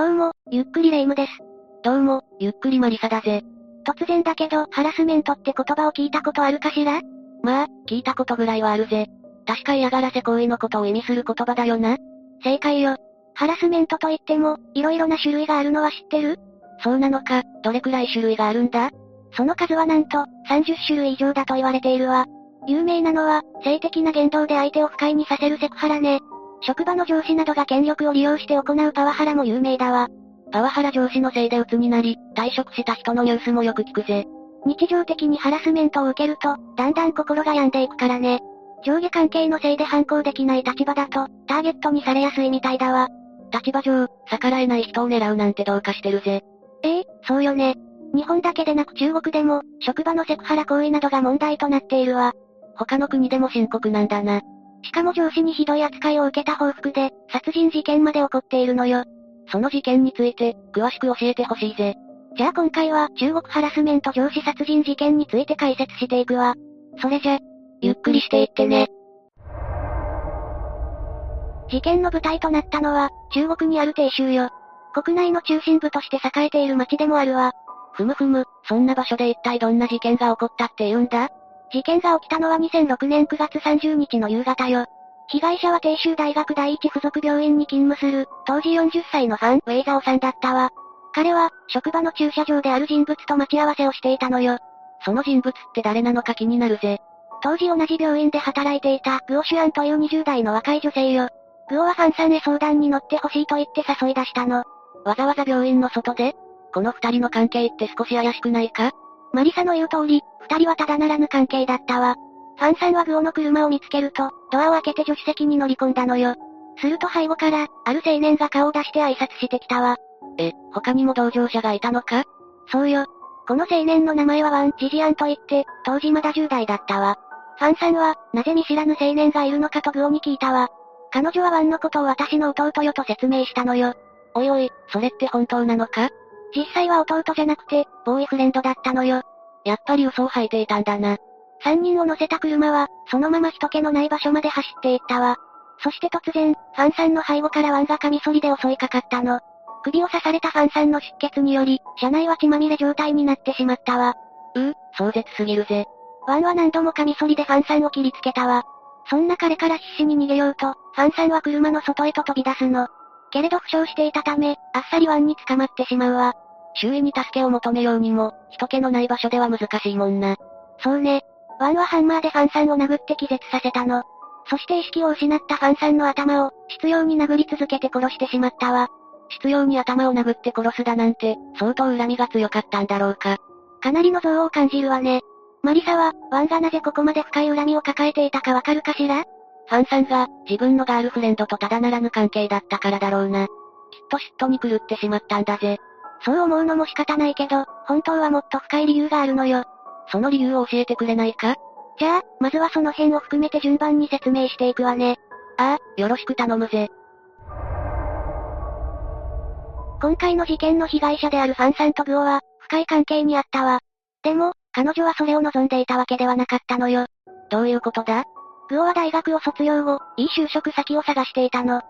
も、ゆっくりレ夢ムです。どうも、ゆっくりマリサだぜ。突然だけど、ハラスメントって言葉を聞いたことあるかしらまあ、聞いたことぐらいはあるぜ。確か嫌がらせ行為のことを意味する言葉だよな。正解よ。ハラスメントといっても、いろいろな種類があるのは知ってるそうなのか、どれくらい種類があるんだその数はなんと、30種類以上だと言われているわ。有名なのは、性的な言動で相手を不快にさせるセクハラね。職場の上司などが権力を利用して行うパワハラも有名だわ。パワハラ上司のせいで鬱になり、退職した人のニュースもよく聞くぜ。日常的にハラスメントを受けると、だんだん心が病んでいくからね。上下関係のせいで反抗できない立場だと、ターゲットにされやすいみたいだわ。立場上、逆らえない人を狙うなんてどうかしてるぜ。ええー、そうよね。日本だけでなく中国でも、職場のセクハラ行為などが問題となっているわ。他の国でも深刻なんだな。しかも上司にひどい扱いを受けた報復で、殺人事件まで起こっているのよ。その事件について、詳しく教えてほしいぜ。じゃあ今回は、中国ハラスメント上司殺人事件について解説していくわ。それじゃ、ゆっくりしていってね。事件の舞台となったのは、中国にある鄭州よ。国内の中心部として栄えている街でもあるわ。ふむふむ、そんな場所で一体どんな事件が起こったって言うんだ事件が起きたのは2006年9月30日の夕方よ。被害者は鄭州大学第一附属病院に勤務する、当時40歳のファン・ウェイザオさんだったわ。彼は、職場の駐車場である人物と待ち合わせをしていたのよ。その人物って誰なのか気になるぜ。当時同じ病院で働いていた、グオシュアンという20代の若い女性よ。グオはファンさんへ相談に乗ってほしいと言って誘い出したの。わざわざ病院の外でこの二人の関係って少し怪しくないかマリサの言う通り、二人はただならぬ関係だったわ。ファンさんはグオの車を見つけると、ドアを開けて助手席に乗り込んだのよ。すると背後から、ある青年が顔を出して挨拶してきたわ。え、他にも同乗者がいたのかそうよ。この青年の名前はワン・ジジアンと言って、当時まだ10代だったわ。ファンさんは、なぜ見知らぬ青年がいるのかとグオに聞いたわ。彼女はワンのことを私の弟よと説明したのよ。おいおい、それって本当なのか実際は弟じゃなくて、ボーイフレンドだったのよ。やっぱり嘘を吐いていたんだな。三人を乗せた車は、そのまま人気のない場所まで走っていったわ。そして突然、ファンさんの背後からワンがカミソリで襲いかかったの。首を刺されたファンさんの出血により、車内は血まみれ状態になってしまったわ。うう、壮絶すぎるぜ。ワンは何度もカミソリでファンさんを切りつけたわ。そんな彼から必死に逃げようと、ファンさんは車の外へと飛び出すの。けれど負傷していたため、あっさりワンに捕まってしまうわ。周囲に助けを求めようにも、人気のない場所では難しいもんな。そうね。ワンはハンマーでファンさんを殴って気絶させたの。そして意識を失ったファンさんの頭を、執拗に殴り続けて殺してしまったわ。執拗に頭を殴って殺すだなんて、相当恨みが強かったんだろうか。かなりの憎悪を感じるわね。マリサは、ワンがなぜここまで深い恨みを抱えていたかわかるかしらファンさんが、自分のガールフレンドとただならぬ関係だったからだろうな。きっと嫉妬に狂ってしまったんだぜ。そう思うのも仕方ないけど、本当はもっと深い理由があるのよ。その理由を教えてくれないかじゃあ、まずはその辺を含めて順番に説明していくわね。ああ、よろしく頼むぜ。今回の事件の被害者であるファンさんとグオは、深い関係にあったわ。でも、彼女はそれを望んでいたわけではなかったのよ。どういうことだグオは大学を卒業後、いい就職先を探していたの。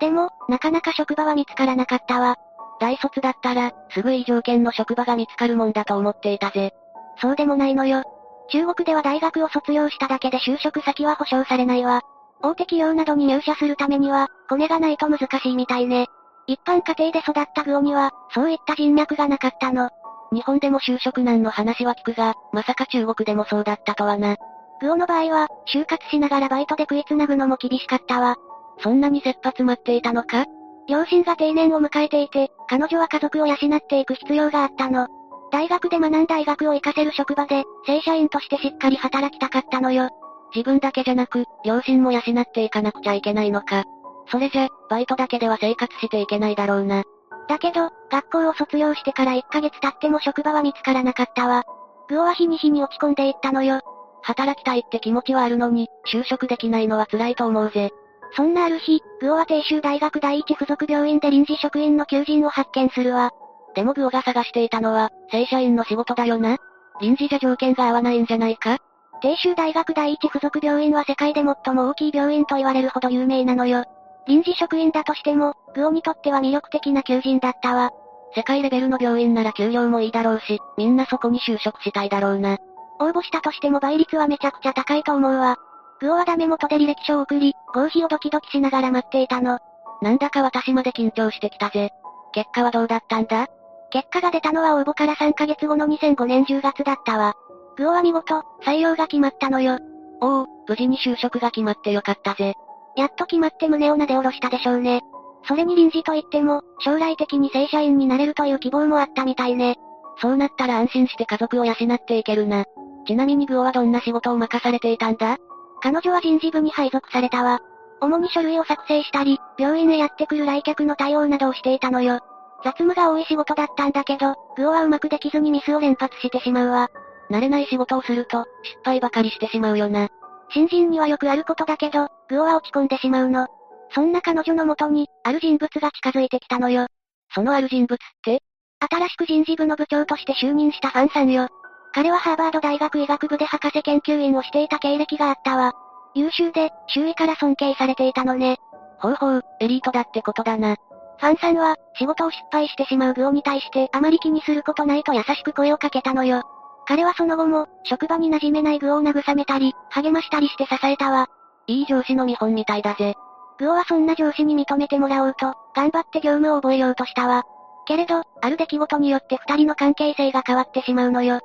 でも、なかなか職場は見つからなかったわ。大卒だったら、すぐいい条件の職場が見つかるもんだと思っていたぜ。そうでもないのよ。中国では大学を卒業しただけで就職先は保証されないわ。大手企業などに入社するためには、コネがないと難しいみたいね。一般家庭で育ったグオには、そういった人脈がなかったの。日本でも就職難の話は聞くが、まさか中国でもそうだったとはな。グオの場合は、就活しながらバイトで食いつなぐのも厳しかったわ。そんなに切羽詰まっていたのか両親が定年を迎えていて、彼女は家族を養っていく必要があったの。大学で学んだ医学を活かせる職場で、正社員としてしっかり働きたかったのよ。自分だけじゃなく、両親も養っていかなくちゃいけないのか。それじゃ、バイトだけでは生活していけないだろうな。だけど、学校を卒業してから1ヶ月経っても職場は見つからなかったわ。グオは日に日に落ち込んでいったのよ。働きたいって気持ちはあるのに、就職できないのは辛いと思うぜ。そんなある日、グオは鄭州大学第一附属病院で臨時職員の求人を発見するわ。でもグオが探していたのは、正社員の仕事だよな。臨時じゃ条件が合わないんじゃないか鄭州大学第一附属病院は世界で最も大きい病院と言われるほど有名なのよ。臨時職員だとしても、グオにとっては魅力的な求人だったわ。世界レベルの病院なら給料もいいだろうし、みんなそこに就職したいだろうな。応募したとしても倍率はめちゃくちゃ高いと思うわ。グオはダメ元で履歴書を送り、合否をドキドキしながら待っていたの。なんだか私まで緊張してきたぜ。結果はどうだったんだ結果が出たのは応募から3ヶ月後の2005年10月だったわ。グオは見事、採用が決まったのよ。おお、無事に就職が決まってよかったぜ。やっと決まって胸を撫で下ろしたでしょうね。それに臨時と言っても、将来的に正社員になれるという希望もあったみたいね。そうなったら安心して家族を養っていけるな。ちなみにグオはどんな仕事を任されていたんだ彼女は人事部に配属されたわ。主に書類を作成したり、病院へやってくる来客の対応などをしていたのよ。雑務が多い仕事だったんだけど、グオはうまくできずにミスを連発してしまうわ。慣れない仕事をすると、失敗ばかりしてしまうよな。新人にはよくあることだけど、グオは落ち込んでしまうの。そんな彼女のもとに、ある人物が近づいてきたのよ。そのある人物って新しく人事部の部長として就任したファンさんよ。彼はハーバード大学医学部で博士研究員をしていた経歴があったわ。優秀で、周囲から尊敬されていたのね。ほうほう、エリートだってことだな。ファンさんは、仕事を失敗してしまうグオに対してあまり気にすることないと優しく声をかけたのよ。彼はその後も、職場に馴染めないグオを慰めたり、励ましたりして支えたわ。いい上司の見本みたいだぜ。グオはそんな上司に認めてもらおうと、頑張って業務を覚えようとしたわ。けれど、ある出来事によって二人の関係性が変わってしまうのよ。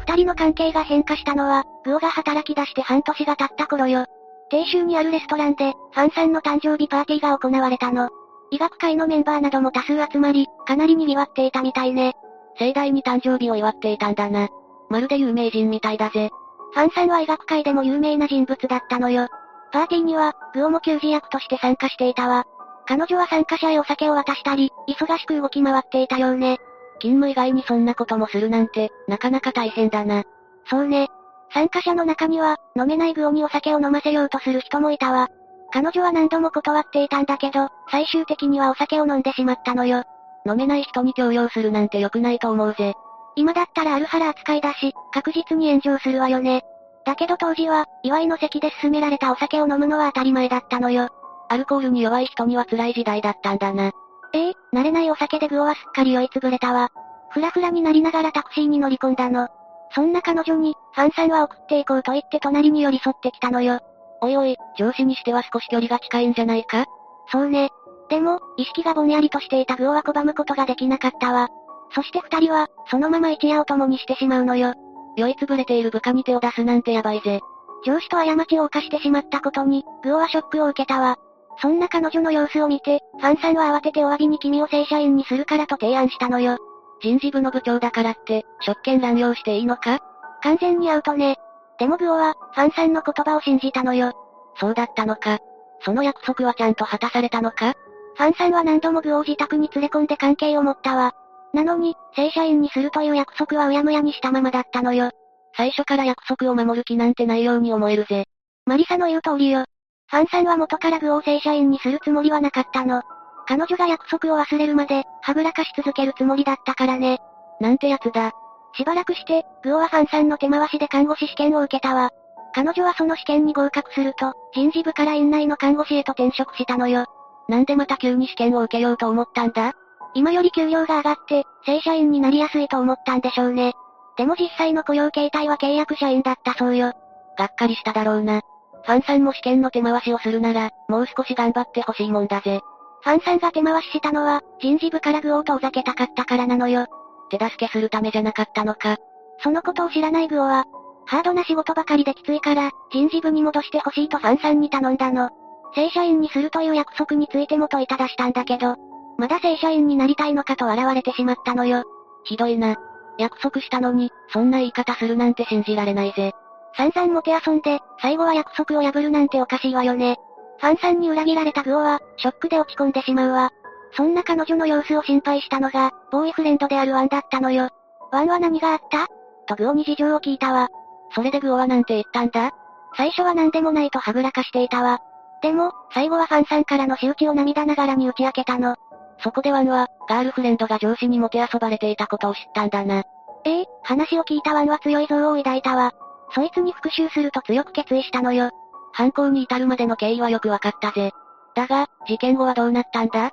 二人の関係が変化したのは、グオが働き出して半年が経った頃よ。定州にあるレストランで、ファンさんの誕生日パーティーが行われたの。医学界のメンバーなども多数集まり、かなり賑わっていたみたいね。盛大に誕生日を祝っていたんだな。まるで有名人みたいだぜ。ファンさんは医学界でも有名な人物だったのよ。パーティーには、グオも給仕役として参加していたわ。彼女は参加者へお酒を渡したり、忙しく動き回っていたようね。勤務以外にそんなこともするなんて、なかなか大変だな。そうね。参加者の中には、飲めない具オにお酒を飲ませようとする人もいたわ。彼女は何度も断っていたんだけど、最終的にはお酒を飲んでしまったのよ。飲めない人に強要するなんて良くないと思うぜ。今だったらアルハラ扱いだし、確実に炎上するわよね。だけど当時は、祝いの席で勧められたお酒を飲むのは当たり前だったのよ。アルコールに弱い人には辛い時代だったんだな。ええ慣れないお酒でグオはすっかり酔いつぶれたわ。ふらふらになりながらタクシーに乗り込んだの。そんな彼女に、ファンさんは送っていこうと言って隣に寄り添ってきたのよ。おいおい、上司にしては少し距離が近いんじゃないかそうね。でも、意識がぼんやりとしていたグオは拒むことができなかったわ。そして二人は、そのまま一夜を共にしてしまうのよ。酔いつぶれている部下に手を出すなんてやばいぜ。上司と過ちを犯してしまったことに、グオはショックを受けたわ。そんな彼女の様子を見て、ファンさんは慌ててお詫びに君を正社員にするからと提案したのよ。人事部の部長だからって、職権乱用していいのか完全にアウトね。でもグオは、ファンさんの言葉を信じたのよ。そうだったのか。その約束はちゃんと果たされたのかファンさんは何度もグオを自宅に連れ込んで関係を持ったわ。なのに、正社員にするという約束はうやむやにしたままだったのよ。最初から約束を守る気なんてないように思えるぜ。マリサの言う通りよ。ファンさんは元からグオを正社員にするつもりはなかったの。彼女が約束を忘れるまで、はぐらかし続けるつもりだったからね。なんてやつだ。しばらくして、グオはファンさんの手回しで看護師試験を受けたわ。彼女はその試験に合格すると、人事部から院内の看護師へと転職したのよ。なんでまた急に試験を受けようと思ったんだ今より給料が上がって、正社員になりやすいと思ったんでしょうね。でも実際の雇用形態は契約社員だったそうよ。がっかりしただろうな。ファンさんも試験の手回しをするなら、もう少し頑張ってほしいもんだぜ。ファンさんが手回ししたのは、人事部からグオーとおざけたかったからなのよ。手助けするためじゃなかったのか。そのことを知らないグオは、ハードな仕事ばかりできついから、人事部に戻してほしいとファンさんに頼んだの。正社員にするという約束についても問いただしたんだけど、まだ正社員になりたいのかと笑われてしまったのよ。ひどいな。約束したのに、そんな言い方するなんて信じられないぜ。散々もて遊んで、最後は約束を破るなんておかしいわよね。ファンさんに裏切られたグオは、ショックで落ち込んでしまうわ。そんな彼女の様子を心配したのが、ボーイフレンドであるワンだったのよ。ワンは何があったとグオに事情を聞いたわ。それでグオはなんて言ったんだ最初は何でもないとはぐらかしていたわ。でも、最後はファンさんからの仕打ちを涙ながらに打ち明けたの。そこでワンは、ガールフレンドが上司にもて遊ばれていたことを知ったんだな。ええ話を聞いたワンは強い憎悪を抱いたわ。そいつに復讐すると強く決意したのよ。犯行に至るまでの経緯はよくわかったぜ。だが、事件後はどうなったんだ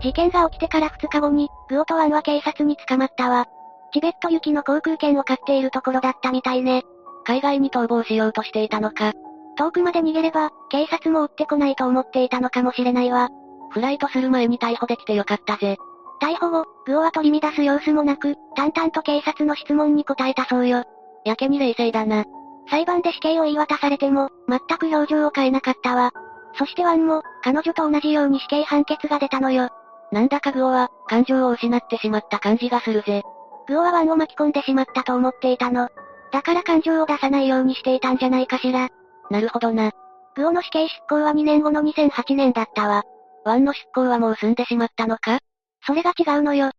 事件が起きてから2日後に、グオトワンは警察に捕まったわ。チベット行きの航空券を買っているところだったみたいね。海外に逃亡しようとしていたのか。遠くまで逃げれば、警察も追ってこないと思っていたのかもしれないわ。フライトする前に逮捕できてよかったぜ。逮捕後、グオは取り乱す様子もなく、淡々と警察の質問に答えたそうよ。やけに冷静だな。裁判で死刑を言い渡されても、全く表情を変えなかったわ。そしてワンも、彼女と同じように死刑判決が出たのよ。なんだかグオは、感情を失ってしまった感じがするぜ。グオはワンを巻き込んでしまったと思っていたの。だから感情を出さないようにしていたんじゃないかしら。なるほどな。グオの死刑執行は2年後の2008年だったわ。ワンの執行はもう済んでしまったのかそれが違うのよ。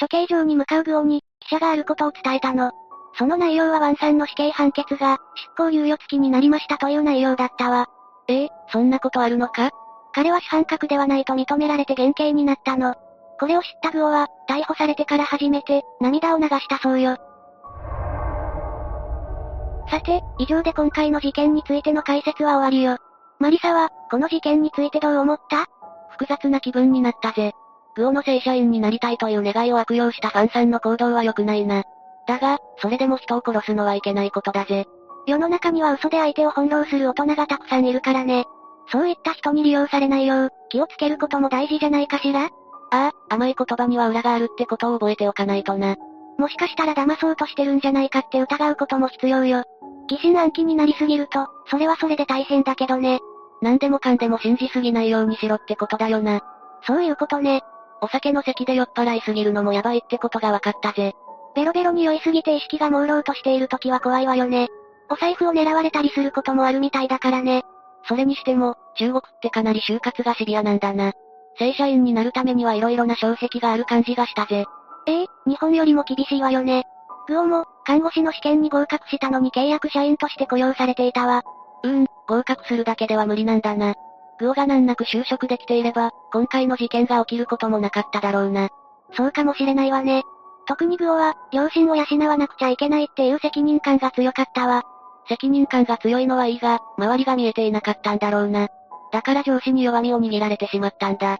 処刑場に向かうグオに、記者があることを伝えたの。その内容はワンさんの死刑判決が、執行猶予付きになりましたという内容だったわ。ええ、そんなことあるのか彼は主犯格ではないと認められて減刑になったの。これを知ったグオは、逮捕されてから初めて、涙を流したそうよ。さて、以上で今回の事件についての解説は終わりよ。マリサは、この事件についてどう思った複雑な気分になったぜ。グオの正社員になりたいという願いを悪用したファンさんの行動は良くないな。だが、それでも人を殺すのはいけないことだぜ。世の中には嘘で相手を翻弄する大人がたくさんいるからね。そういった人に利用されないよう、気をつけることも大事じゃないかしらああ、甘い言葉には裏があるってことを覚えておかないとな。もしかしたら騙そうとしてるんじゃないかって疑うことも必要よ。疑心暗鬼になりすぎると、それはそれで大変だけどね。何でもかんでも信じすぎないようにしろってことだよな。そういうことね。お酒の席で酔っ払いすぎるのもやばいってことが分かったぜ。ベロベロに酔いすぎて意識が朦朧としている時は怖いわよね。お財布を狙われたりすることもあるみたいだからね。それにしても、中国ってかなり就活がシビアなんだな。正社員になるためには色々な障壁がある感じがしたぜ。ええ日本よりも厳しいわよね。グオも、看護師の試験に合格したのに契約社員として雇用されていたわ。うーん、合格するだけでは無理なんだな。グオが難なく就職できていれば、今回の事件が起きることもなかっただろうな。そうかもしれないわね。特にグオは、両親を養わなくちゃいけないっていう責任感が強かったわ。責任感が強いのはいいが、周りが見えていなかったんだろうな。だから上司に弱みを握られてしまったんだ。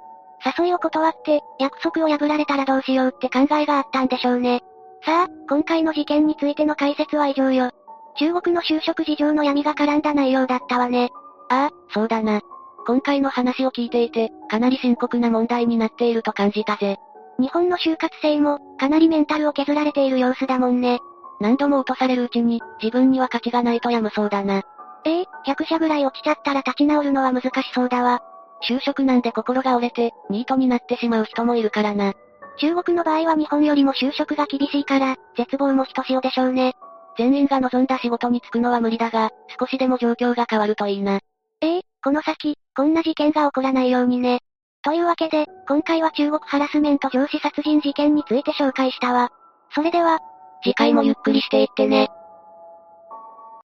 誘いを断って、約束を破られたらどうしようって考えがあったんでしょうね。さあ、今回の事件についての解説は以上よ。中国の就職事情の闇が絡んだ内容だったわね。ああ、そうだな。今回の話を聞いていて、かなり深刻な問題になっていると感じたぜ。日本の就活生も、かなりメンタルを削られている様子だもんね。何度も落とされるうちに、自分には価値がないとやむそうだな。ええ100社ぐらい落ちちゃったら立ち直るのは難しそうだわ。就職なんで心が折れて、ニートになってしまう人もいるからな。中国の場合は日本よりも就職が厳しいから、絶望もひとしおでしょうね。全員が望んだ仕事に就くのは無理だが、少しでも状況が変わるといいな。ええこの先、こんな事件が起こらないようにね。というわけで、今回は中国ハラスメント上司殺人事件について紹介したわ。それでは、次回もゆっくりしていってね。